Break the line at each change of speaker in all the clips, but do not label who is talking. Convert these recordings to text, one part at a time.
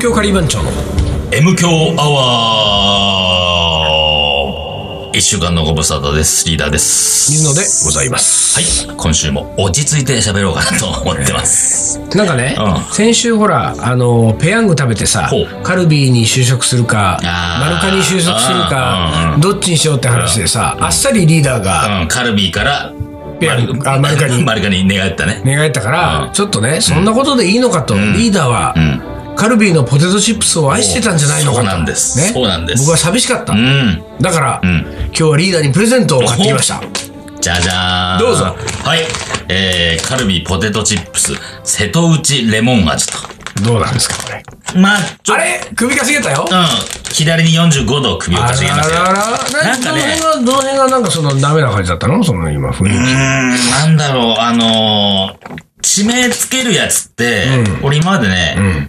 係番長の
M 強アワー一週間のご無沙汰です。リーダーです。
水野でございます。
はい。今週も落ち着いて喋ろうかなと思ってます。
なんかね、
うん
先週ほら、あの、ペヤング食べてさ
ほう、
カルビーに就職するか、
あー
マルカに就職する
うん
か
う、ん
どっちにしようって話でさ、あっさりリーダーが
うん、カルビーから、
ペヤングあマルカニ
マルカニ願ったね。
願ったから、
うん
ちょっとね、そんなことでいいのかと、リーダーは、
うん。
カルビーのポテトチップスを愛してたんじゃないのかと。
そうなんです
ね、
そうなんです
僕は寂しかった。
うん。
だから、
ん
今日はリーダーにプレゼントを買ってきました。
じゃじゃーん。
どうぞ
はい。えー、カルビーポテトチップス、瀬戸内レモン味と。
どうなんですか、これ。
まあ、ちょ
あれ首かしげたよ
うん。左に45度首を
あ
かしげましたよ。
ららら
なんか
どの
ね
辺が、どの辺がなんかそのダメな感じだったのその今、雰囲
うー
気。
ん、なんだろう、あのー、地名つけるやつって、俺今までね、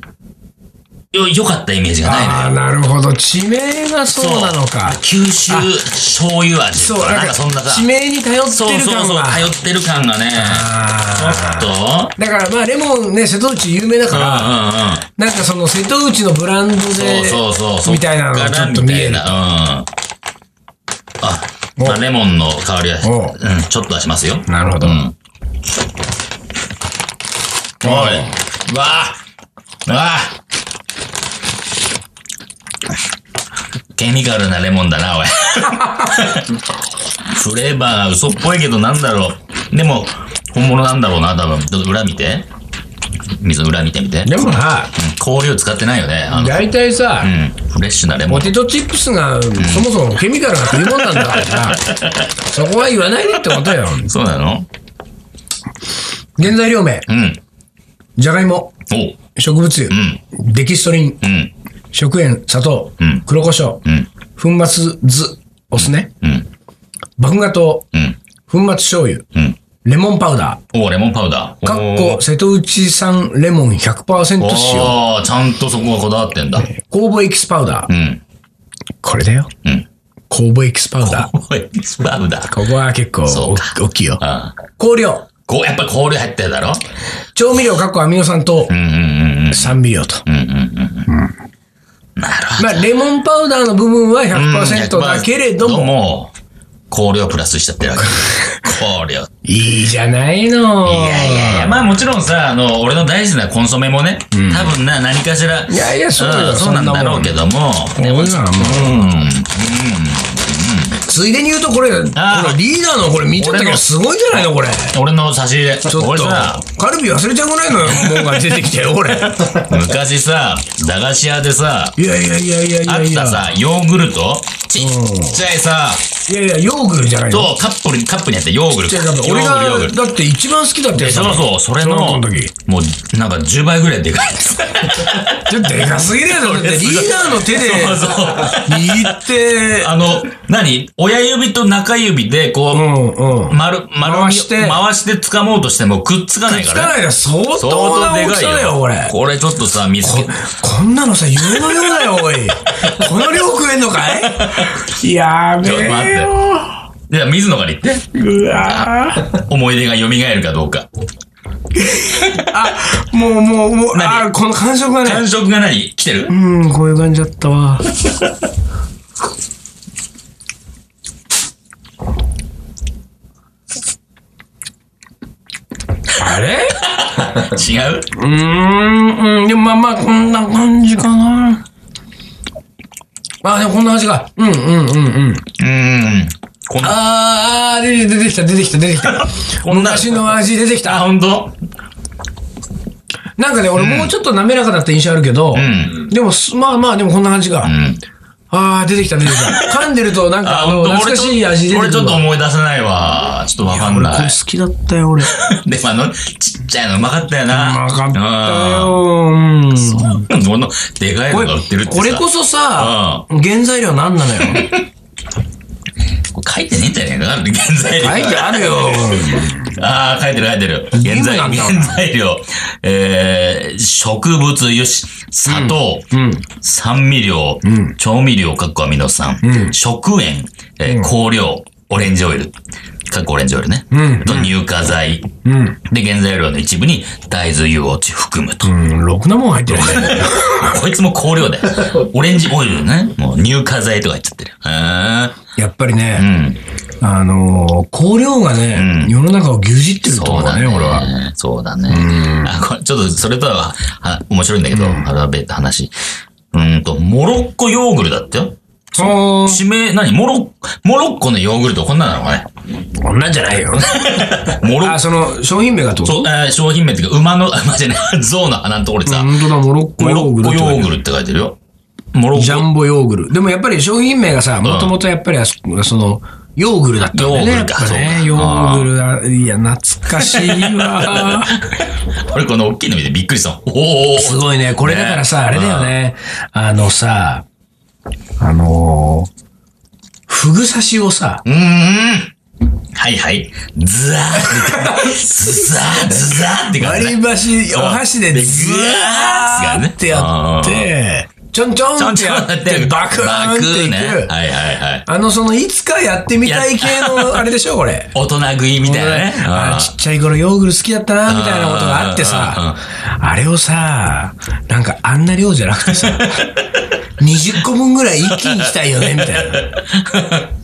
よ、良かったイメージがないの
ああ、
よ。
なるほど。地名がそうなのか。
九州醤油味と
そう、
か、
な
なんん
か
かそんなさ
地、名に頼っ
そう
てる
そう
感
そう、
が。
通ってる感がね、
あー
ちょっと、
だからまあ、レモンね、瀬戸内有名だか
うんう
ら、
んうん。
なんかその瀬戸内のブランドで、
そうそうそう。
みたいなのがちょっと見える
そっからみたいなうん。あ、
お
まあ、レモンの香りはし、
お
うん、ちょっとはしますよ。
なるほど。
うん。おい。わあ。わあ。ケミカルなレモンだな、おい。フレーバーが嘘っぽいけどなんだろう。でも、本物なんだろうな、多分。ちょっと裏見て。水の裏見てみて。うん
でもさ、
香料使ってないよね。あの
大体さ、
うん。フレッシュなレモ
ポ
ン。
テトチップスが、そもそもケミカルがいうもんなんだからさ、そこは言わないでってことよ。
そうなの
原材料名、
うん。
じゃがいも、
おう。
植物
う
油、
ん。
デキストリン、
うん。
食塩、砂糖、
うん
黒胡椒、
うん。
粉末酢、お酢ね、
うん。
麦芽糖、
うん。
粉末醤油、
うん。
レモンパウダ
おうレモンパウダー。
ー、かっ
お
こ
う
瀬戸内産レモン100%使用、
ああ、ちゃんとそこはこだわってんだ。
酵母エキスパウダー
う、ん。
これだよ。
うん。
酵母エキスパウ ダー。
おい、パウダー。
ここは結構
そうか
お大きいよ。
ああ。
香料、
こう、やっぱり氷入ってるだろ
調味料かっこアミノ酸と
うんうんうん
酸味料と。
うん。うんうんうんうん。なるほど。
まあ、レモンパウダーの部分は
う
100%
ん
だけれども、
も。香料プラスしちゃってる わけ。香料。
いいじゃないの。
いやいやいや、まあもちろんさ、あの、俺の大事なコンソメもね、多分な、何かしら。
いやいやそうよ
んそうなんだろうけども。
俺らはもう
うん。
ついでに言うとこれ、これ
あー
リーダーのこれ見ちゃったけ
俺
ど、
の
すごいじゃないのこれ。
俺の差し入れ。
ちょっ
俺
と
さ、、
カルビ忘れちゃうぐらいのもんが出てきたよ、俺。い
昔さ、駄菓子屋でさ、
やいやいやいやい
あ
や
っ
いや
た。さ、ヨーグルトちっちゃいさ、
いやいや、ヨーグルじゃないの。
と、カップに、カップにあったヨーグル
ち
ト。
っ
ヨ
ちゃいカップ
ーグ
俺
ル、ヨーグ
が、
ルト。
だって一番好きだったや
で
つ
そうそう、それ
小
の、も
学校の時
う、なんか10倍ぐらいでかい。
ちょっとでかすぎるやろ、だってリーダーの手で、
そうそう。
握って、
あの、何親指と中指で、こう、
うんうん。
丸、丸みを
回して
回して掴もうとしてもくっつかない
つ
か
からな
ね。
いが相当
相
な
当で
大き
かい
さだよ、
よ。
これ。
これちょっとさ、見つけ、
こんなのさ、夢のようだよ、おい。この量食えんのかいやべ
ちょっと待
え
って
よ。
じゃあ水野から言って。
うわー
思い出が蘇るかどうか。
あ、もう、もう、もう、
何
あ、この感触がね。
感触が何来てる
うん、こういう感じだったわ。あれ
違う
うーん、うん、でもまあまあ、こんな感じかな。あ、でもこんな感じか。うん、うん、うん、うん。
うーん。こんな、
あーあー、出て出てきた、出てきた、出てきた。
こんな、
昔の味出てき
あ、
た。
ほんと
なんかね、俺もうちょっと滑らかだった印象あるけど、
ん
でもす、まあまあ、でもこんな感じか。
うん。
ああ、出てきた、出てきた。噛んでると、なんか、
あ、
あ
ほん
の、
と
懐
俺
か
ちょ
しい味出てくるわ。
俺ちょっと思い出せないわ。ちょっとわかん
俺こ
な
れ
い。
好きだったよ、俺。う
でもあの、ちっちゃいのうまかったよ
ま
な。
かった
よ。
ん。
この、でかい
こ
の
れ
が売ってるってさ。
これこそさ、原材料なんなのよ。
書いてねえんじゃねえかな、原材料。
書いてあるよ。
ああ、書いてる書いてる。
義
原
務
材
なんだ
原材料。えー、植物油脂、砂糖、酸味料、調味料、かっこアミノ酸、食塩、えー香料、オレンジオイル。かっこオレンジオイルね。
ん
と乳化剤。
うん。
で、原材料の一部に大豆油を含むと。
うん、ろくなもん入ってるね。
こいつも香料だよ。オレンジオイルね。もう乳化剤とか言っちゃってるよ。う
やっぱりね、
ーん。うん。
あのー、香料がね、
うん
世の中を牛耳ってると思うね、俺は。
は。そうだね。あこれちょっと、それとは、は面白いんだけど、アルファベット話。うーんと、モロッコヨーグルだってよ。
そう
地名、何モロッ、モロッコのヨーグルトこんなのかね。
こんなんじゃないよ。
モロッ
あ、その、商品名がってこ
そ
と
う、えー商品名っていうか、馬の、あ馬じゃない、 象の鼻のところにさ、
本当だ、モロッコ
モ
ヨ
ロ
ーグ
ッ
ル
コ
ト
ヨ
だね。
ーグルって書いてるよ。モロッ
ジャ
コ
ンボヨーグル。でもやっぱり商品名がさ、もともとやっぱりあそその、ヨーグルだったんだよね。
ヨーグルか
やっぱね
そう
ヨ
か
ーグルだ。いや、懐かしいわ。
俺この大きいの見てびっくりした。おお
すごいね。これだからさ、
ね
あれだよね。あのさ、あのー、ふぐ刺しをさ、
うーん。はいはい。ズザーズザーズザーって感
割
じね。
り箸、お箸でズワーってやって、ちょんちょんってやって、バクーンってい
ね。
く。
はいはいはい。
あの、その、いつかやってみたい系の、あれでしょ、これ。
大人食いみたいな ね。
あーちっちゃい頃ヨーグル好きだったな、みたいなことがあってさ、あれをさ、なんかあんな量じゃなくて さ、20個分ぐらい一気にいきたいよね、みたいな。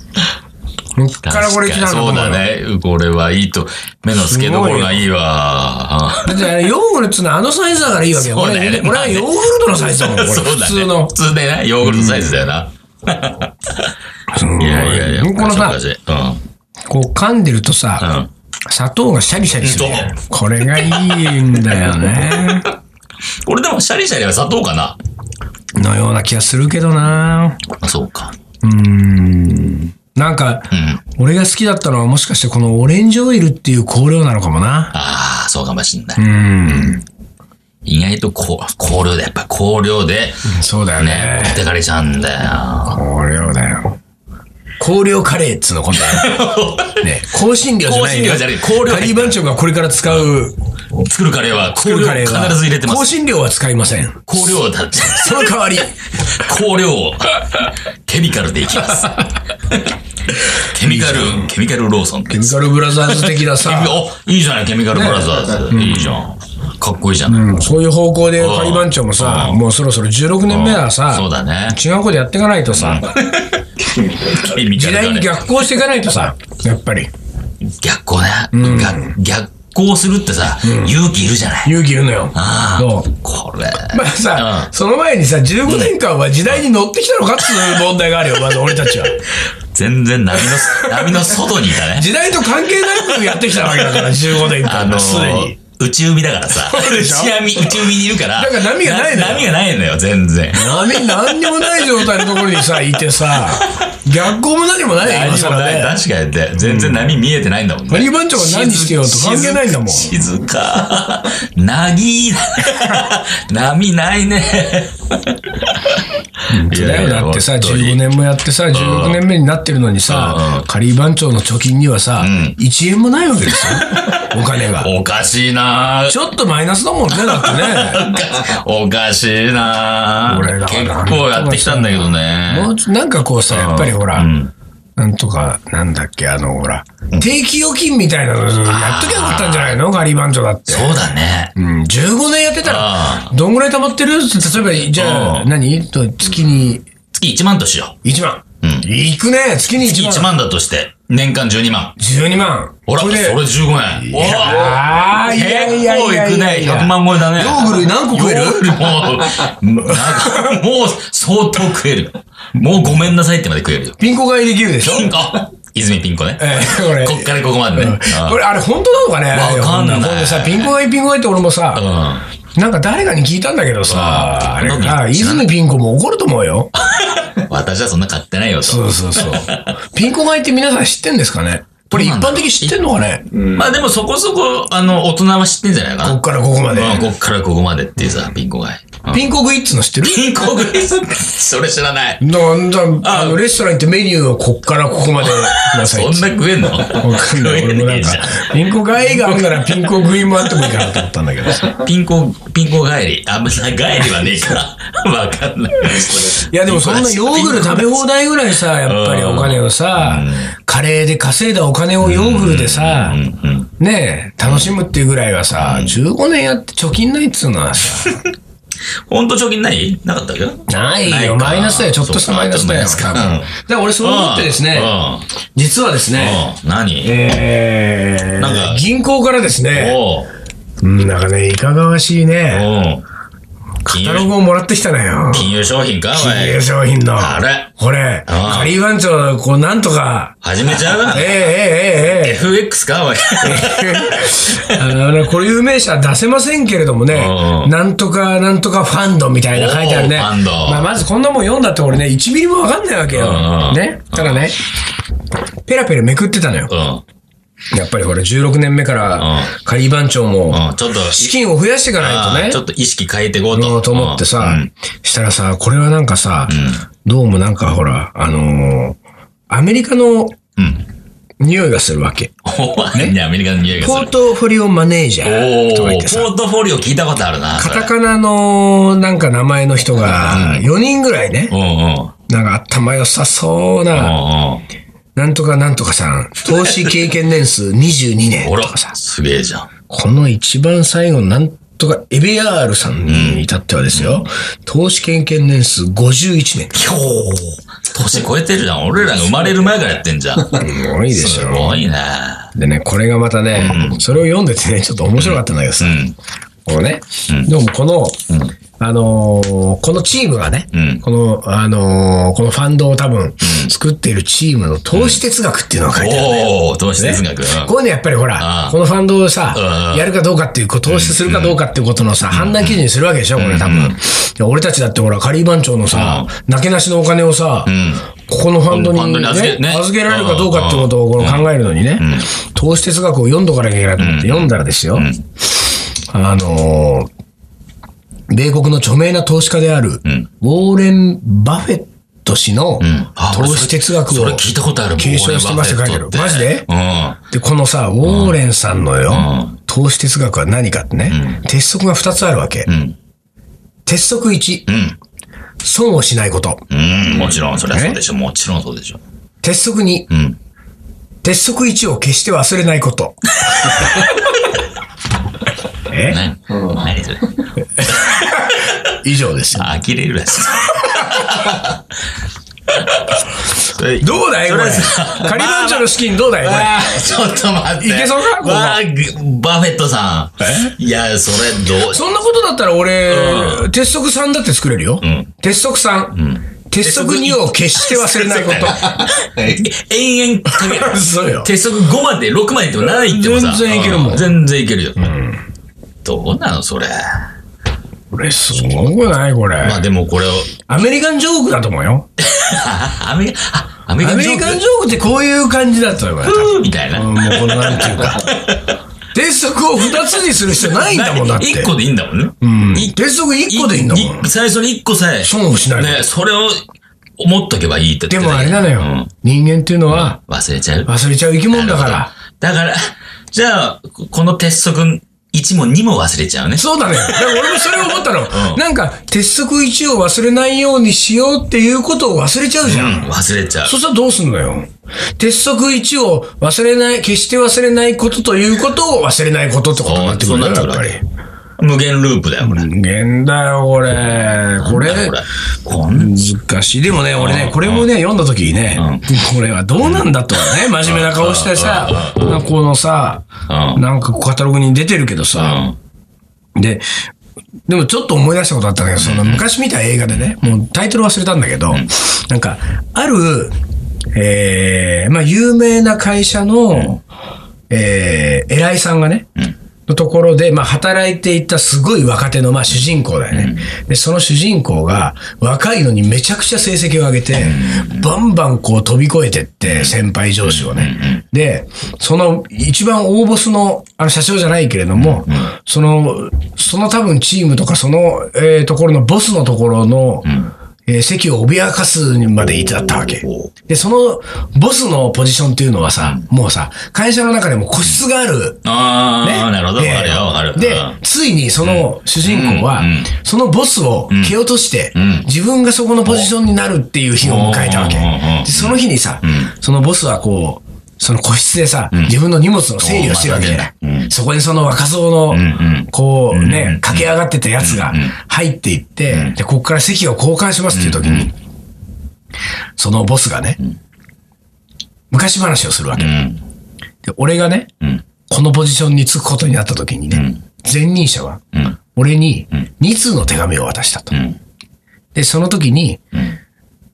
こっ
うん
からこれ来たのかと
そう
思うよ
だね。これはいいと。目の付けどころがいいわ。う
だ
ん
ってあれヨーグルトっつうのはあのサイズだからいいわけよ。
そう
俺
だよね
俺はヨーグルトのサイズだもん、これ。
そうだね
普通の
普。通でね、ヨーグルトサイズだよな。いやいやいや。
このさ
おかしいおかしい
こう噛んでるとさ、
う
砂糖がシャリシャリするじゃん。
そ
これがいいんだよね。
ん。俺でもシャリシャリは砂糖かな。
のような気がするけどな
あそうか。
うーん。なんか、
うん。
俺が好きだったのはもしかしてこのオレンジオイルっていう香料なのかもな。
ああ、そうかもしんな
う
い。
ん。
意外とこう香料で、やっぱ香料で、
そうだよ
ね、持っ
ね。
てかれちゃうんだよ。
香料だよ。香料カレーっつうの、今度 はね。ね香辛料じゃないよ。
香辛料じゃない香料入ってる
カリー番長がこれから使う、
作るカレーは香
作
料
るカレーは。
必ず入れてま
香
す。
辛料は使いません。
香料だって、
その代 わり。
香料を、ケミカルでい きます。ケミカル、ケミカルローソンって
ケミカルブラザーズ的なさ。
お、いいじゃない、ケミカルブラザーズ。いいじゃん。かっこいいじゃん。
うんそういう方向でカリ番長もさ、もうそろそろ16年目はさ、
そうだね。
違うことやっていかないとさ、
ケミカ
時
ルだね
代に逆行していかないとさ、やっぱり、
逆行ね。逆逆行するってさ、勇気いるじゃない。
勇気いるのよ。
あ
どう
あ、これ。
まあさ、その前にさ、15年間は時代に乗ってきたのかっていう問題があるよ、まず俺たちは。
全然波の、波の外にいたね。
時代と関係なくやってきたわけだから、15年
あ
間
の
はすでに。、
内海だからさ。
そうでしょ
内海、内海にいるから。
だから波がないのよ
波がないのよ、全然。
波何にもない状態のところにさ、いてさ、逆行も何もないよ、今
波も
更
ない。
ね。
確かにね。全然波見えてないんだもんね。
マリー番長が何してようと関係ないんだもん
静静か。なぎー。 波ないね。い
だよ、だってさ、15。年もやってさ、16年目になってるのにさ
う、ん
カリー番長の貯金にはさ、
ん
1円もないわけです よ。お金が。
おかしいな
ちょっとマイナスだもんね、だってね。
おかしいな
俺らは
結構やってきたんだけど
も
ね
う。ちょなんかこうさ、やっぱりほら、
うん
なんとか、なんだっけ、あの、ほら、定期預金みたいなのやっときゃよかったんじゃないのガリバンチョだって。
そうだね。
うん、15年やってたら
あ、
どんぐらい貯まってる例えば、じゃあ、
うん
何と月に
月1万としよ
1万。
うん
いくね、月に
う。月1
1万。
万だとして、年間12万。
12万。
ほら、
こ
そ
れ
れ
で
15円。おら
ああ、いやいやいやいやい
結構いくね。
や。
100万超えだね。
ヨーグル何個食える
ヨーグルもう、なんかもう相当食える。もうごめんなさいってまで食えるよ。
ピンコ買いできるでし ょ
ピンコ泉ピンコね。
えーこれ。
こっからここまでね。
これ、あれ本当なのかね
わかんない
これさ、ピンコ買いピンコ買いって俺もさ、
うん。
なんか誰かに聞いたんだけど
あ
さ、
ー
あれ
何
か、泉ピン子も怒ると思う よ。
私はそんな買ってないよと。
そうそうそう。ピン子買いって皆さん知ってんですかねこれ一般的に知ってんのかね
まあでもそこそこ、あの、大人は知ってんじゃないか
こ
な。
っからここまで。
うんこっからここまでっていうさ、ピンコが。
ピンコグイッツの知ってる
ピンコグリスって、それ知ら ない。
なんだ、
あ
あの、レストラン行ってメニューをこっからここ までください
そ
っ
ん
て。
な食えん の
わかんない。俺もなんか、ピンコがいがあるならピンコ食いもあってもいいかなと思ったんだけどさ。
ピンコ、ピンコ帰り。あ、別に帰りはねえから。 わかんない。
いやでもそんなヨーグル食べ放題ぐらいさ、やっぱりお金をさ、カレーで稼いだお金をヨーグルでさ、ねえ、楽しむっていうぐらいはさ、15年やって貯金ないっつうのはさ、
ほんと貯金ないなかったっけ
ないよ、
か
マイナスだよ、ちょっとしたマイナスだよ、
そうか
多
ちょっとマイ
分。
ナスか
で、俺そう思ってですね、実はです
うん。
ね、
うん。何
えー、
なんか
銀行からですね、
おう。
うんなんかね、いかがわしいね、
おう。
カタログをもらってきたのよ。
金融商品かお
金
い
融。商品の。
あれ
これ、
ああ
カリー番長、こう、なんと か、
始めちゃう
ええええええ
FX か おい。
あのね、これ有名者は出せませんけれどもね
うんう、ん
なんとかなんとかファンドみたいな書いてあるね。
おーファンド
まあ、まずこんなもん読んだって俺ね、1ミリもわかんないわけ
うんう
よ。
ん
ね。ただね、ペラペラめくってたのよ
う。ん。
やっぱりほら、16年目か
うん
ら、カリー番長
うん。
も、
ちょっと、
資金を増やしていか
あ
ない
ーち
と
ょ
ね
っ、と意識変えていこう
乗ろ
と。
うと思ってさ
うん、
したらさ、これはなんかさ、どうもなんかほら、あのー、アメリカの
うん。
匂いがするわけ。
お前ね、アメリカの匂いが
ポ
す
ー
る。
トフォリオマネージャ
お
ーとか言って
ー
さ、
ポートフォリオ聞いたことあるな。
カ
それ
タカナのなんか名前の人が4人ぐらいね
う、んう
な
ん。
んか頭良さそうな、
うんうん。
なんとかなんとかさん、投資経験年数22年
ほ
と
ら
かさ、、
すげえじゃん。
この一番最後のなんとかエベアールさんに至ってはですよ、投資経験年数51年。
今日、年超えてるじゃん。俺らが生まれる前からやってんじゃん。
すごいでし
す
ょ。
ごいね。
でね、これがまたね、それを読んでてね、ちょっと面白かったんだけどさ、
うん。
このね、でもこの、あのーこのチームがね、
うん
この、あのーこのファンドを多分、作っているチームの投資哲学っていうのが書いてある。
おー、投資哲学。
こういうのやっぱりほら
あ、あ
このファンドをさ
うんう、ん
やるかどうかっていう、こう投資するかどうかっていうことのさ、判断基準にするわけでしょ、これ多分。で俺たちだってほら、カリー番長のさ、なけなしのお金をさ、
ん
ここのファンドに
ファンドに預け
ね
ね
預けられるかどうかってことをこの考えるのにね、投資哲学を読んどかなきゃいけないと思って読んだらですよ、あのー、米国の著名な投資家である、
ん
ウォーレン・バフェット氏の
うんあ
投資哲学を、
それ聞いたことある
継承してますって書いてある
ウォーレンバフェットって
マジで
うん。
で、このさ、ウォーレンさんのよ、
うん
投資哲学は何かってね、鉄則が2つあるわけ。
ん
鉄則1、
うん。
損をしないこと。
うん、もちろん、それはそうでしょ。もちろんそうでしょ。
鉄則2、
うん。
鉄則1を決して忘れないこと。え
何何それ。
以上ですよ。
あ呆れるらしい。それ
どうだいこれ。
そさ
カリバンチョの資金どうだいこれ。
わあちょっと待って。
いけそうかここ
わあぐバフェットさん。いや、それどう、
そんなことだったら俺、鉄則3だって作れるよ。
ん
鉄則3、鉄則2を決して忘れないこ
え延々かけ
と。
る。
そうよ。
鉄則5まで、6までいっても7いってもさ。
全然いけるもん
う全然いけるよ。どうなの、それ。
これすごくないこれ。
まあでもこれを、
アメリカンジョークだと思うよ。
あアメリカ、あアメ
アメ
リ
リ
カ
カ
ン
ン
ジ
ジョークってこういう感じだったよ、これ。
ョークみたいな。
うんもうこのなんていう か。鉄則を二つにする人ないんだもんだって。
1個でいいんだもんね。
うん
一
鉄則一個でいいんだもん
い。最初に1個さえ。
損をしない
ね、それを思っとけばいいって
でもあれなの
う
よ
ん。
人間っていうのは
忘れちゃう。
忘れちゃう生き物だから。
だから、じゃあ、この鉄則1も2も忘れちゃうね。
そうだね。だから俺もそれを思ったの。
うん
なんか、鉄則一を忘れないようにしようっていうことを忘れちゃうじゃん。
うん忘れちゃう
そ。したらどうすんのよ。鉄則一を忘れない、決して忘れないことということを忘れないことってことになってくるんだよ、
そう
やっ
なって
ぱ
くる
り。
無限ループだよ、これ。
人間だよ、これ。これ、
これ。こん
難しい。でもね、俺ね、これもね、読んだ時にね、これはどうなんだとはね、真面目な顔してさ、なんかこのさ、
うん
なんかカタログに出てるけどさ、で、でもちょっと思い出したことあったんだけど、その昔見た映画でね、もうタイトル忘れたんだけど、なんか、ある、えー、まあ、有名な会社の、えー、偉いさんがね、のところで、まあ、働いていたすごい若手の、まあ、主人公だよね。で、その主人公が、若いのにめちゃくちゃ成績を上げて、バンバンこう飛び越えてって、先輩上司をね。で、その、一番大ボスの、あの、社長じゃないけれども、その、その多分チームとか、その、えーところのボスのところの、えー席を脅かすにまで至ったわけ。で、その、ボスのポジションっていうのはさ、もうさ、会社の中でも個室がある。
あ
ね
あ、なるほど。わ
えー
かるよ、わかる。
で
うん、
ついにその主人公は
うんうん、
そのボスを蹴落として
ん、
自分がそこのポジションになるっていう日を迎えたわけ。
うんうんうんうん
で、その日にさ、そのボスはこう、その個室でさ、自分の荷物の整理をしてるわけじゃない。そこにその若造の、
ん
こうね、駆け上がってたやつが入っていって、で、ここから席を交換しますっていう時に、そのボスがね、昔話をするわけ。
うん。
で、俺がね、
ん
このポジションに就くことになった時にね、前任者は、俺に2通の手紙を渡したと。
ん
で、その時に、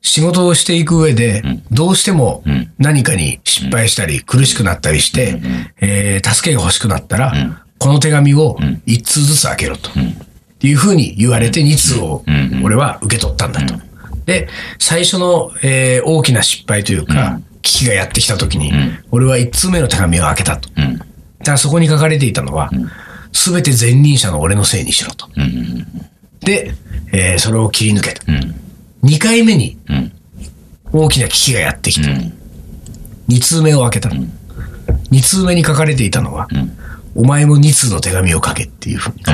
仕事をしていく上で、どうしても何かに失敗したり、苦しくなったりして、えー助けが欲しくなったら、この手紙を1通ずつ開けろと。っていうふうに言われて2通を俺は受け取ったんだと。で、最初の、えー大きな失敗というか、危機がやってきた時に、俺は1通目の手紙を開けたと。
ん
ただそこに書かれていたのは、すべて前任者の俺のせいにしろと。で、えーそれを切り抜けた。2回目に
ん、
大きな危機がやってきた。
ん
2通目を開けた。2通目に書かれていたのは、お前も2通の手紙を書けっていうふうに。
おー。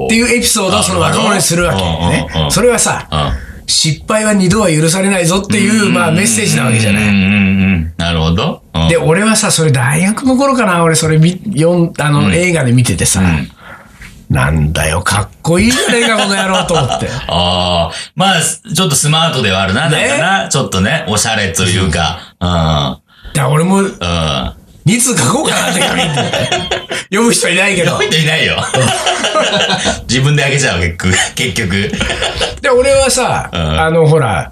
おー。
っていうエピソードをその若者にするわけね
うんうんう。ん
それはさ、失敗は二度は許されないぞっていう、まあメッセージなわけじゃ
うん。
な
う
い。
んうんうん。なるほど。うん
で、俺はさ、それ大学の頃かな、俺それ見、読ん、あの、映画で見ててさ、なんだよ、かっこいいじゃねえか、この野郎と思 って。
ああ、まあ、ちょっとスマートではあるな、
ね
なんかな。ちょっとね、おしゃれというか、う
だから俺も、
ん、うん。
二通書こうかなって紙に読む人いないけど
こう。いう人いない よ。自分であげちゃう、結局。結局。
で、俺はさ、
ん
あの、ほら、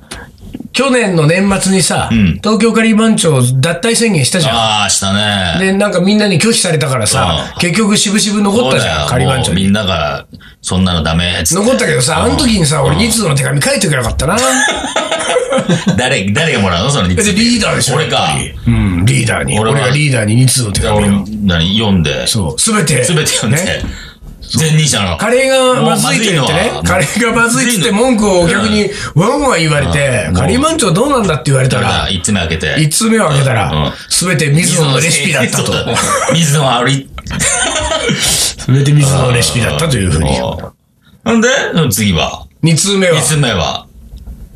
去年の年末にさ、
ん
東京カリー番長脱退宣言したじゃん。
ああ、したね。
で、なんかみんなに拒否されたからさ
う、ん
結局渋々残ったじゃん、
そう
仮
だ
番
よも
長
う
に。
みんなが、そんなのダメっつっ
残ったけどさ、あの時にさ、俺2通の手紙書いておけなかったな。
て。誰、誰がもらうのその
で、リーダーでしょ。
俺か。
やっぱりうん、リーダーに。
俺
俺
は
はリーダーに2通の手
じゃあ
紙
俺
を。、
何、読んで。
そう。すべて。
すべて読んで
ね。。
前任者の。
カレーがまずいと言ってね
もうまずいのは。
カレーがまずいっつって文句を逆にワンワン言われて
う、ん
カリーマンチョどうなんだって言われた、
だからら、一つ目開けて。
1通目を開けた
う
ら
ん、
すべて水野のレシピだったと
そう。だ水野あり。
すべて水野のレシピだったというふうに。
なんで次は
2通目は
二、つ目は、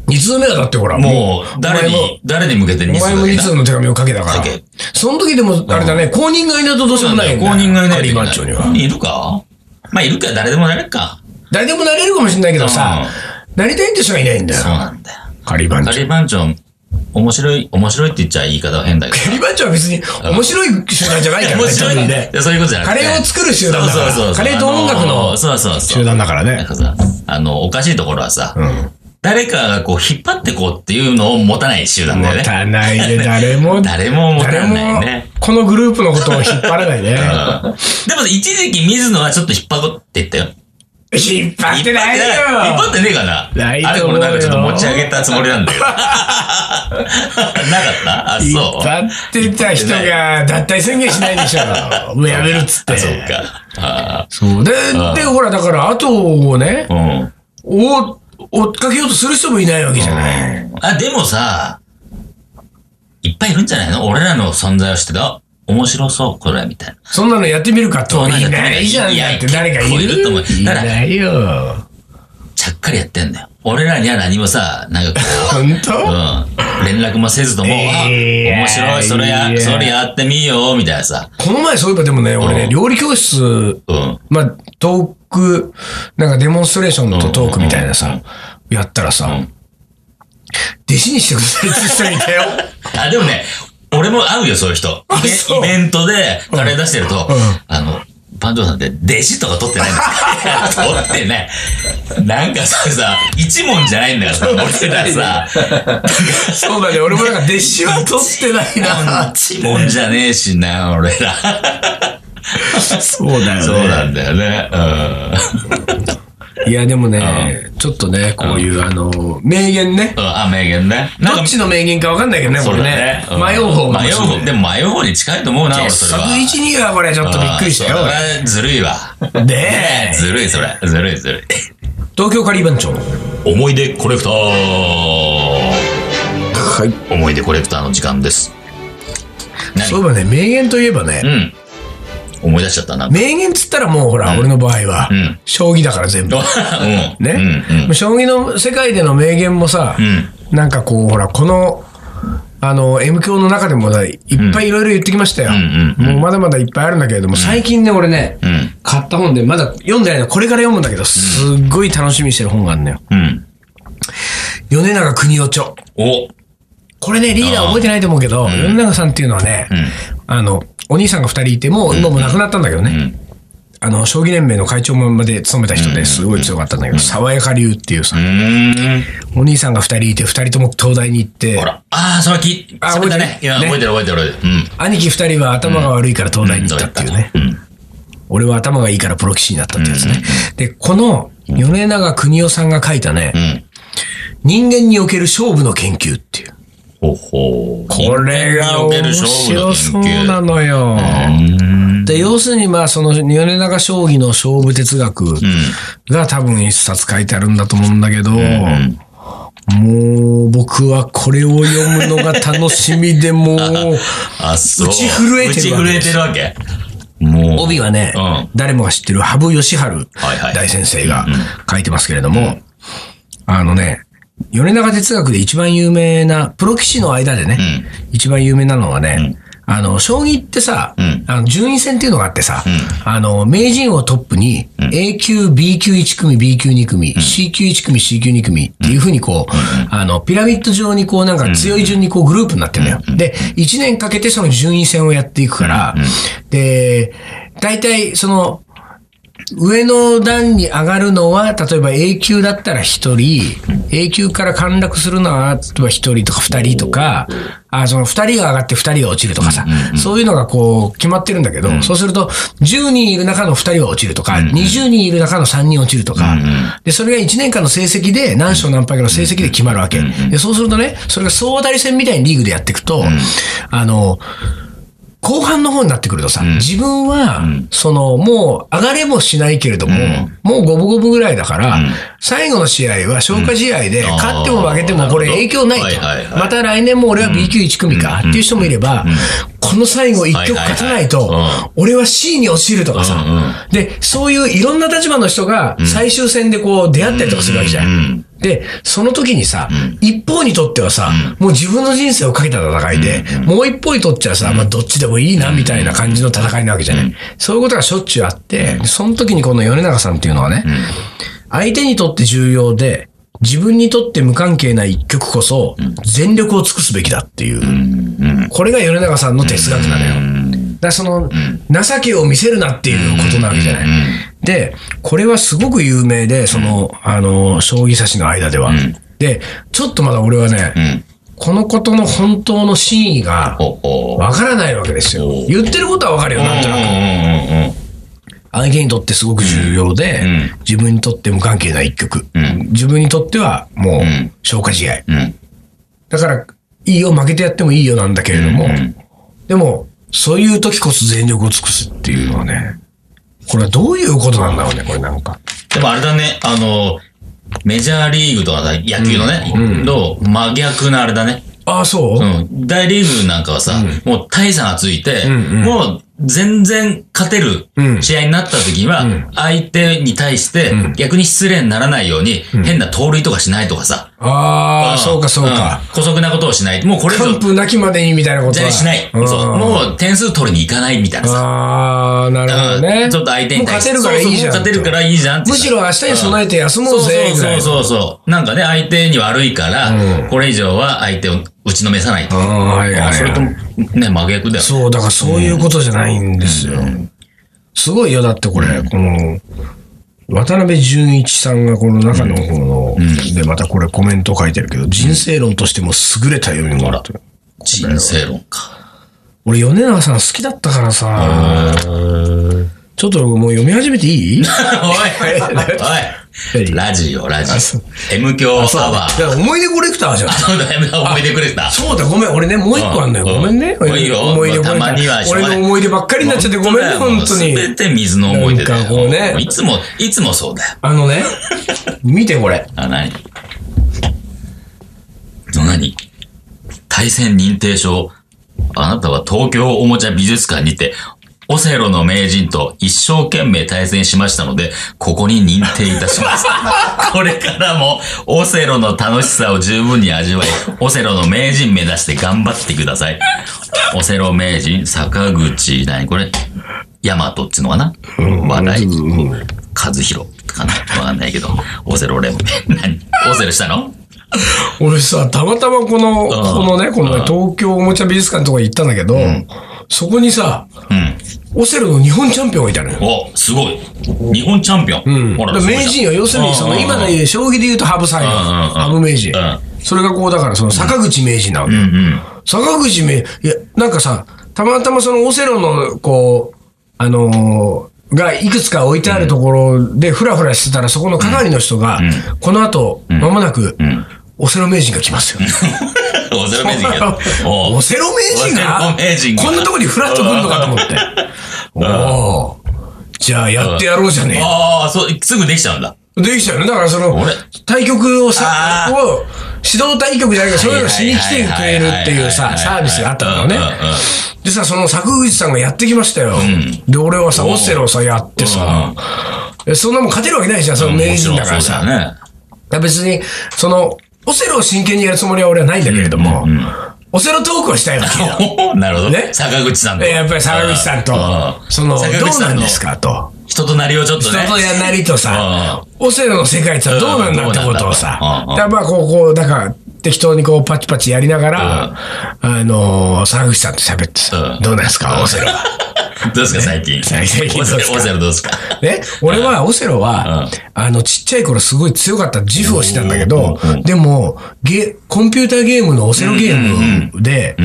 2通目はだってほら、
もう、誰
お前も
に、誰に向けて
お
二通
前も2通の手紙を書けたから
書け。
その時でも、あれだね、公認がいないとどうしようもないよね。
公認がいな
カ
い
リーマンチョには。
いるかまあ、いるか、誰でもなれるか。
誰でもなれるかもしれないけどさ、なりたいって人がいないんだよ
そう。なんだよ。
カリーマンチョ
カ。リー番長、面白い、面白いって言っちゃ言い方は変だけ
カリーマンチョは別に面白い集団じゃないからね、
ど。面白い
特に
ね。いやそういうことじゃなくて。
カレーを作る集団だから
そうそうそうそう
カレーと音楽の
あーそうそうそう。
集団だから
なん
ね。
かさ、あの、おかしいところはさ、誰かがこう引っ張ってこうっていうのを持たない集団だよ
持
ね。
たないで、誰も、
誰も持た
誰
ない
も
ね。、
このグループのことを引っ張らないね。
うんでも一時期水野はちょっと引っ張ってったよ。
引っ張ってないよ
引っ張ってねえかな
ない
あれ
と
こ
思う
れ
よ
なんかちょっと持ち上げたつも りなんだけど。なかったあ、
引
そう
っ。張ってた人が脱退宣言しないでしょ。もうやめるっつって。
あ、そうか。あ
そう。で、で、ほら、だから、後をね
ー、うん。
追追っかけようとする人もいないわけじゃない。
あ、でもさ、いっぱいいるんじゃないの俺らの存在をしてた。あ面白そう、これ、みたいな。
そんなのやってみるか
そ
と。
うなん
い
だ
ないじゃん。
いや
だって誰かい
いると思う
るい
だから
ないよ。
ちゃっかりやってんだよ。俺らには何もさ、なんかこ う。
本当
うん。連絡もせずとも、あ、
いや
面白い、それ
い
や、
や
それやってみよう、みたいなさ。
この前そういえばでもね、俺
う
ね、
ん
料理教室、
うん。
まあ、トーク、なんかデモンストレーションとトークみたいなさ、やったらさ、
ん
弟子にしてくださいって人いた よ。
あ、でもね、俺も会うよ、そういう人。イ
そう
ベイベントで、カレー出してると、
うん
あの、パンジョーさんって弟子とか取ってないんです かいや取ってない。なんかそれさ、一問じゃないんだからさ、俺らさ、
そうだね、俺もなんか弟子は取ってないな。
一問じゃねえしな、俺ら。
そうだよね。
そうなんだよね。うん。
いや、でもね、ちょっとね、こういう、あの、名言ね。
うんあ、名言ね。
どっちの名言かわかんないけどね、こ
そう
れ
だ
ね
ね。。ん
迷う方が
迷
面
う
白いね
方。でも迷う方に近いと思うな、俺
傑
そ
作
れは。
1、2はこれちょっとびっくりしたよ
うん。それずるいわ。
で、
ずるい、それ。ずるい、ずるい。
東京カリー番長。
思い出コレクター
はい。
思い出コレクターの時間です。何
そういえばね、名言といえばね
う、ん。思い出しちゃったな。うん。
名言っつったらもうほら、俺の場合は
うん、
将棋だから全部。
うん。
ね
うん。う。ん
もう将棋の世界での名言もさ、なんかこう、ほら、この、あの、M 教の中でもね、いっぱいいろいろ言ってきましたよ。
んうん
もうまだまだいっぱいあるんだけれども、最近ね、俺ね、
うん。
買った本で、まだ読んでないの、これから読むんだけど、すっごい楽しみにしてる本があるのよ。
うん。
米長邦夫著。
お。
これね、リーダー覚えてないと思うけど、米長さんっていうのはね、あの、お兄さんが二人いて、もう今も亡くなったんだけどね、
ん
あの、将棋連盟の会長まで務めた人ですごい強かったんだけど、爽やか流っていうさ
う、ーん。
お兄さんが二人いて、二人とも東大に行って
ほ、ら。ああ、それはき、
あ
それだね。いや、
覚
覚
え
えてる覚えてる覚えてる。
兄貴二人は頭が悪いから東
う
大
ん。
に行ったっていうね。
うん。
俺は頭がいいからプロ棋士になったってやつね。で、この、米長邦夫さんが書いたね、
うん。
人間における勝負の研究っていう。
ほうほう。
これが面白そうなのよ。
うん。
で、要するにまあ、その、米長将棋の勝負哲学が多分一冊書いてあるんだと思うんだけど、もう僕はこれを読むのが楽しみでもう、
あ、そう。
打ち震えてるわけ
打ち震えてるわけ。も う。
帯はね、
うん
誰もが知ってる羽生善治
はいはい
大先生が書いてますけれども、あのね、米長哲学で一番有名な、プロ棋士の間でね、一番有名なのはね、あの、将棋ってさ、
ん
あの順位戦っていうのがあってさ、あの、名人をトップに、A 級、B 級1組、B 級2組、C 級1組、C 級2組っていうふうにこう、あの、ピラミッド上にこうなんか強い順にこうグループになってるのよ。で、1年かけてその順位戦をやっていくから、で、大体その、上の段に上がるのは、例えば A 級だったら1人、A 級から陥落するのは、例えば1人とか2人とか、あその2人が上がって2人が落ちるとかさ、そういうのがこう決まってるんだけど、そうすると、10人いる中の2人は落ちるとか、20人いる中の3人落ちるとか、で、それが1年間の成績で、何勝何敗かの成績で決まるわけ。で、そうするとね、それが総当たり戦みたいにリーグでやっていくと、あの、後半の方になってくるとさ、自分は、その、もう上がれもしないけれども、もう五分五分ぐらいだから、最後の試合は消化試合で、
あー
勝っても負けてもこれ影響ないと。
はいはいはい
また来年も俺は B 級1組かっていう人もいれば、この最後1局勝たない
はいはい
と
はいう、
俺は C に落ちるとかさ、
うんうん
で、そういういろんな立場の人が最終戦でこう出会ったりとかするわけじゃん。
うん
で、その時にさ、一方にとってはさ、もう自分の人生をかけた戦いで、もう一方にとっちゃさ、まあどっちでもいいなみたいな感じの戦いなわけじゃない。そういうことがしょっちゅうあって、その時にこの米長さんっていうのはね、相手にとって重要で、自分にとって無関係な一曲こそ、全力を尽くすべきだっていう、これが米長さんの哲学なのよ。だからその、情けを見せるなっていうことなわけじゃない。で、これはすごく有名で、その、あの、将棋指しの間では。で、ちょっとまだ俺はね、
うん。
このことの本当の真意が
ほうほう。
わからないわけですよ。
お
言ってることはわかるよ、なんとなく。
うんうんうんうん。
相手にとってすごく重要で、
うん
自分にとって無関係な一曲、
ん
自分にとってはもう
うん
消化試合。
うん。
だから、いいよ、負けてやってもいいよなんだけれども、
うん
でも、そういう時こそ全力を尽くすっていうのはね、これはどういうことなんだろうね、これなんか。
でもあれだね、あの、メジャーリーグとかさ野球のね、の真逆なあれだね。
ああ、そう、
うん。大リーグなんかはさ、もう大差がついて、
んうん
もう全然勝て
うん
る試合になった時は、相手に対して逆に失礼にならないように、変な盗塁とかしないとかさ。
ああ、
ん
そうかそうか。
ん。姑息なことをしない。もうこれ以上
完封なきまでにみたいなことは。
全然しない。
うん
そう。もう点数取りに行かないみたいなさ。
ああ、なるほどね。
うんちょっと相手に対して。
もう勝てるからいいじゃん
そうそうもう勝てるから
むしろ明日
いいじゃんってさ
に備えて休もうぜ
うん
ぐらいの
そうそうそうそう。なんかね、相手に悪いから、これ以上は相手を打ちのめさないと。
ああはいはいはい
それと、ね、真逆だよ。
そう、だからそういうことじゃないんですよ。すごいよ、だってこれ、この、渡辺淳一さんがこの中の方の、で、またこれコメント書いてるけど、人生論としても優れた読み物という。
人生論か。
俺、米長さん好きだったからさ、ちょっともう読み始めて いい
おい、おい、
何
ラジオ、ラジオ。M 強アワ
い
ー。
や思い出コレクターじゃん。
そうだ、M 思い出くれてた。
そうだ、ごめん。俺ね、もう一個あんだよ。
うん
ごめんね。
うんいいよ
思い出コレク
まあ
タ
たまには
ー。
しょうがない
俺の思い出ばっかりになっちゃってごめんね、本当に。
すべて水の思い出だ
なんかこう
よ。
ね
もういつも、いつもそうだよ。
あのね、 見てこれ。
あ、何の何対戦認定証。あなたは東京おもちゃ美術館にて、オセロの名人と一生懸命対戦しましたので、ここに認定いたします。これからも、オセロの楽しさを十分に味わい、オセロの名人目指して頑張ってください。オセロ名人、坂口、何これヤマトっちのかな笑い。和弘かなわかんないけど、オセロレモン。何オセロしたの
俺さ、たまたまこの、このね、このね東京おもちゃ美術館のとこ行ったんだけど、そこにさ、
うん。
オセロの日本チャンピオンがいたのよ。
お、すごい。日本チャンピオン。
うん
ほら、
だから
すごい
名
じゃ
人よ。
ん
要するに、その、今の。言う、将棋で言うと、羽生さんよ。
うんうんうん
羽生名人
うん。
それがこう、だから、その、坂口名人なわけ
う。んうん。
坂口名、いや、なんかさ、たまたまそのオセロの、こう、あのーがいくつか置いてあるところで、ふらふらしてたら、そこの係の人が、
う
この後、まもなく、
ん
オセロ名人が来ますよ。
オセロ名人が。 お
オセロ名人が
オセロ名人が
こんなとこにフラッと来るのかと思って。おおじゃあやってやろうじゃねえか
ああ、そう、すぐできちゃうんだ。
できちゃうよ。だからその
俺、
対局を
あ
さ、
ー
を、指導対局じゃないけど、そういうのしに来てくれるっていう
は
さ、
いはいはいはい
サービスがあったのね
うんうんうん。
でさ、その坂口さんがやってきましたよ。で、俺はさ、オセロをさ、やってさ、でそんなもん勝てるわけないじゃん、その名人だからさ。
うんもちろんそうだよ
だ
ね。
から別に、その、オセロを真剣にやるつもりは俺はないんだけれども、オセロトークをしたいわけよ。
おおなるほど。
ね
坂口さんと。
えやっぱり坂口さんと
う、ん
その、ど
坂口
う
さ
なん
の
ですかと。
人となりをちょっとね。
人とやなりとさ、オセロの世界ってさどうなんだってことをさ、
うんうん
だからまあこう、こう、だから適当にこうパチパチやりながら、あのー、沢口さんと喋ってさ、
うん
どうなんですか、オセロは。
どうですか、最近。
最近どうで
オ
すか
セロオセロどうですか。
ね、俺は、オセロは、あの、ちっちゃい頃すごい強かった自負をしてたんだけど
うんうんうん、
でも、ゲ、コンピューターゲームのオセロゲームで、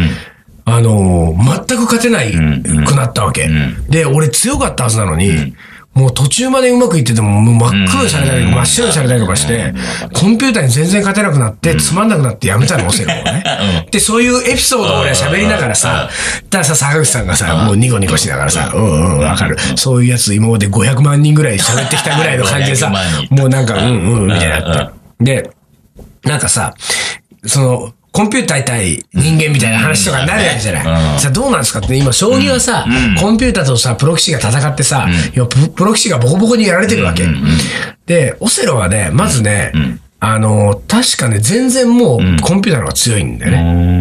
あのー、全く勝てないくなったわけ。で、俺強かったはずなのに、もう途中までうまくいってても、もう真っ黒にされたり、真っ白にされたりとかして、コンピューターに全然勝てなくなって、つまんなくなってやめたの、オセロをね。で、そういうエピソードを俺は喋りながらさ、だからさ、坂口さんがさ、もうニコニコしながらさ、うんうん、わかる。そういうやつ今まで500万人ぐらい喋ってきたぐらいの感じで
500
さ
万、人
もうなんか、うんうん、みたいになって。で、なんかさ、その、コンピューター対人間みたいな話とかになるやんじゃな
う
い
ん
さあどうなんですかって、今、将棋はさ、コンピューターとさ、プロ棋士が戦ってさ、要はププロ棋士がボコボコにやられてるわけ。で、オセロはね、まずね、あの、確かね、全然もう、コンピューターの方が強いんだよね。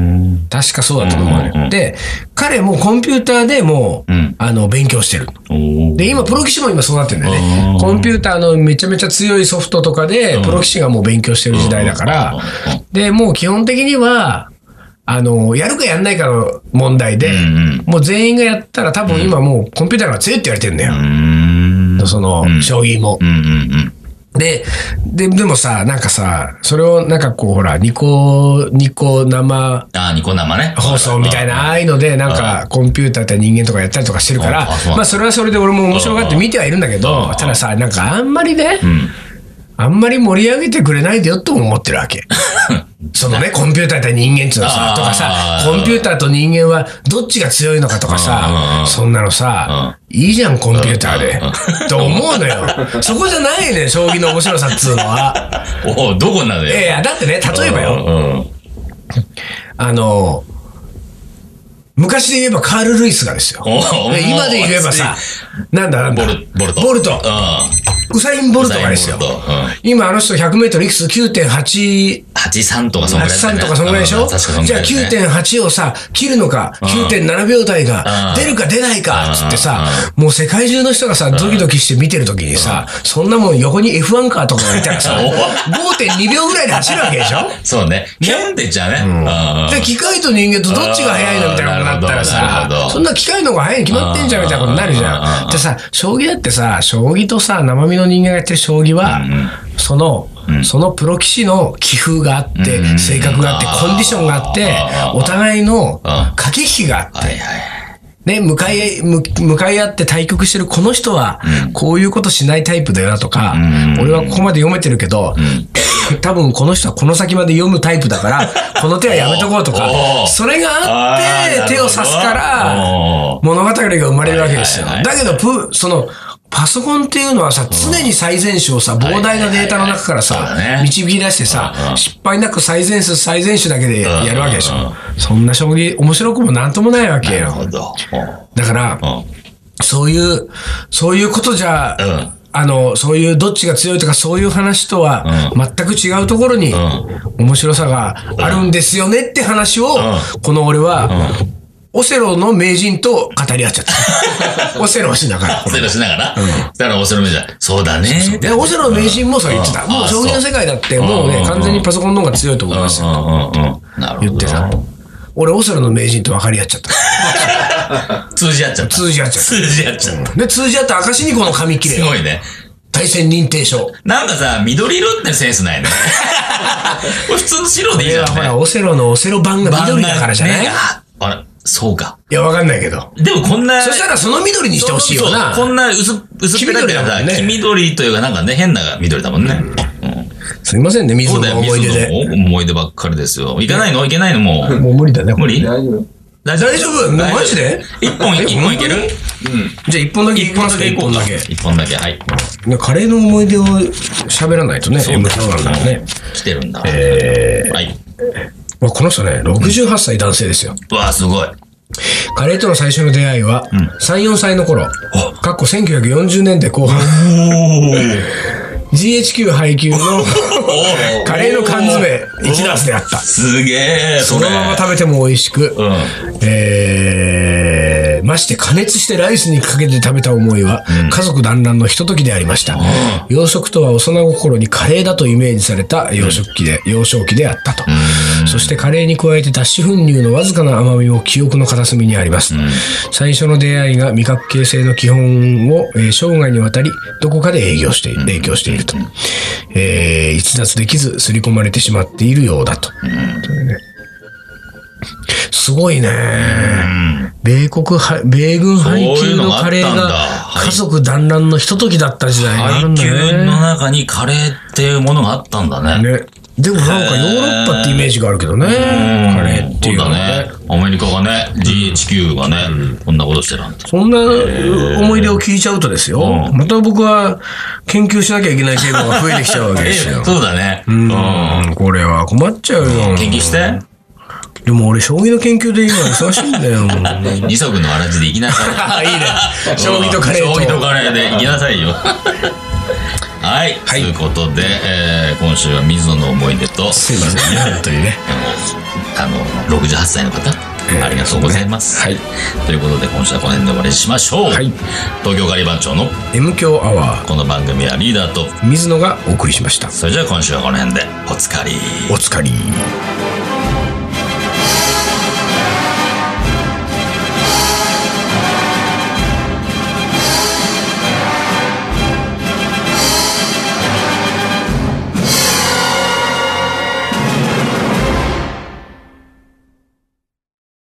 確かそうだったと思うのよ、
うんうんうん
で、彼もコンピューターでもう、
ん
あの、勉強してる。
お
で、今、プロ棋士も今そうなってんだよね。コンピューターのめちゃめちゃ強いソフトとかで、プロ棋士がもう勉強してる時代だから
うんう、
で、もう基本的には、あの、やるかやんないかの問題で
うんうん、
もう全員がやったら多分今もうコンピューターの方が強いって言われてんだ
うー
よ。
ん。
その、将棋も
うんう。んうん。
で、で、でもさ、なんかさ、それをなんかこう、ほら、ニコ、ニコ生、
ああ、ニコ生ね。
放送みたいな、ああいうので、なんか、コンピューターって人間とかやったりとかしてるから
ああそう、なんだ
まあ、それはそれで俺も面白がって見てはいるんだけど
あ、あ
たださ、なんか、あんまりね
ん、
あんまり盛り上げてくれないでよとも思ってるわ け。そのね、コンピューター対人間っていうのさ
あ、あ
とかさ
あ、あ
コンピューターと人間はどっちが強いのかとか
ああ
さ
あ、あ
そんなのさ、いいじゃん、コンピューターで。と思うのよ。そこじゃないね、将棋の面白さっつうの は。
おお、どこなのよ。
いやいや、だってね、例えばよ、
よ。
あの、昔で言えばカール・ルイスがですよ。
お
で今で言えばさ、なんだなん
ボ
だ。
ル、ボルト。
ボルト
う
ウサイン・ボ
ん。
ルトがですよ
ウサイン。ボルトうん
今あの人100メートルいくつ ?9.8
83とかそんぐらいだった
83
ね
とかそのぐらいでし
う
ょ
ん確かそんぐ
じゃ
ら
あ
いだよね
9.8をさ、切るのか、9.7秒台が
うん
出るか出ないか、つってさ、もう世界中の人がさ、ドキドキして見てるときにさ、そんなもん横に F1 カーとかがいた らさ、5.2秒ぐらいで走るわけでしょ
そうね。キュンっていっちゃうね。うんうん
で、機械と人間とどっちが速いのみたいなことになったら
あーなる
さ
ほどなるほど、
そんな機械の方が速いに決まってんじゃんみたいなことになるじ
あーあ
ゃ
ー
ん。でさ、将棋だってさ、将棋とさ、生身の人間がやってる将棋は、その、そのプロ棋士の棋風があって、
うん
性格があって、
あー
コンディションがあって
あ、ー
お互いの
あー
駆け引きがあって、
はいはい。
ね、向かい、む向かい合って対局してるこの人は、こういうことしないタイプだよなとか、
うん
俺はここまで読めてるけど、 多分この人はこの先まで読むタイプだ から、この手はやめとこうとか
おー、
それがあ
あーなるほ
っ
ど
て手を指すから、
おー
物語が生まれるわけですよ。
はいはい
だ
は
けど、プその、パソコンっていうのはさ、常に最善手をさ、膨大なデータの中から
はいはい
さ
はいそうだね、
導き出してさ
う、ん
失敗なく最善手、最善手だけでやるわけでし
うんうんう
ょ。そんな将棋、面白くもなんともないわけ
なる
よ。
ほど。
だから
う、ん。うん
そういう、そういうことじゃ、
うん
あの、そういうどっちが強いとかそういう話とは
う
全く違うところに
う
面白さがあるんですよねって話を、
う
この俺は、オセロの名人と語り合っちゃ った。オセロをしながら。
オセロしながら。だからオセロメじゃん。そうだね。
で、オセロの名人もそう言ってた。
うん
もう将棋の世界だってもう
うん
ね、完全にパソコンの方が強いと思いますよ。
うんうんうんうん。なるほど。
言ってた。俺、オセロの名人と分かり合っち ゃった。
通じ合っちゃった。
通じ合っちゃった
通じ合っちゃった。
で、通じ合った証にこの紙切
す
れ。
ごいね。
対戦認定証。
なんかさ、緑色ってセンスない ね。これ普通の白でいい
い
じゃ
や、
ん
ほ
ね
ら、。オセロのオセロ版が緑だからじゃない、
ねあれ、そうか。
いや、わかんないけど。
でもこんな。
そしたらその緑にしてほしいよな。
そうこんな薄、薄っぺらく
黄緑
て
だもんね
黄緑というかなんかね、変な緑だもんね。うん。
すいませんね、水
そう
野
だ
の
よ、
思い
水
出で。
野の思い出ばっかりですよ。行かないの行けないのもう。
もう無理だね。
無理
大丈夫。
大
大丈夫マジで
一本、
え
一本いける
本じゃあ一本だけ行きますか、一本だけ。
一本だけ、はい。
ねカレーの思い出を喋らないとね、そうなんだよね。
来てるんだ。
え
は
ー、
い。
まあこの人ね、68歳男性ですよ。
うわあすごい。
カレーとの最初の出会いは、3、4歳の頃、かっこ1940年代後半、GHQ 配給 の
お
カレーの缶詰、一ダースであった。
すげえ、
そのまま食べても美味しく、
うん
えーまして加熱してライスにかけて食べた思いは、家族団らんのひとときでありました。洋食とは幼心にカレーだとイメージされた洋食期で、幼少期であったと。そしてカレーに加えて脱脂粉乳のわずかな甘みも記憶の片隅にあります。最初の出会いが味覚形成の基本を、えー生涯にわたり、どこかで営業している、影響していると。えー逸脱できず、刷り込まれてしまっているようだと。すごいね。米国は、米軍配給のカレー
そういうの
が
があったんだ
家族団らんのひとときだった時代がある
配
ん
給の
だね。
中にカレーっていうものがあったんだね。
ね。でもなんかヨーロッパってイメージがあるけどね。カ
うん
レーっていうの
そう
は
だ
ね
ね。。アメリカがね、GHQ がね、こんなことしてるなんて。
そんな思い出を聞いちゃうとですよ。
うん
また僕は研究しなきゃいけないテーマが増えてきちゃうわけ
え
ですよ。
そうだね。 うん。
うん、これは困っちゃうよ。
研究して。
でも俺、将棋の研究で今忙しいんだよ。
二足のわらじで行きなさい。いいね。
将棋とカレーと
将棋とカレーで行きなさ いよ。はい。ということで、えー今週は水野の思い出と、
すいませんね、本当にね。
あの、68歳の方、
えー
ありがとうございます。
そうね
ということで、今週はこの辺で終わりにしましょう。
はい
東京ガリバン長の
M 強アワ
この番組はリーダーと、
ー、水野がお送りしました。
それじゃあ今週はこの辺で、おつかり。
お疲れ。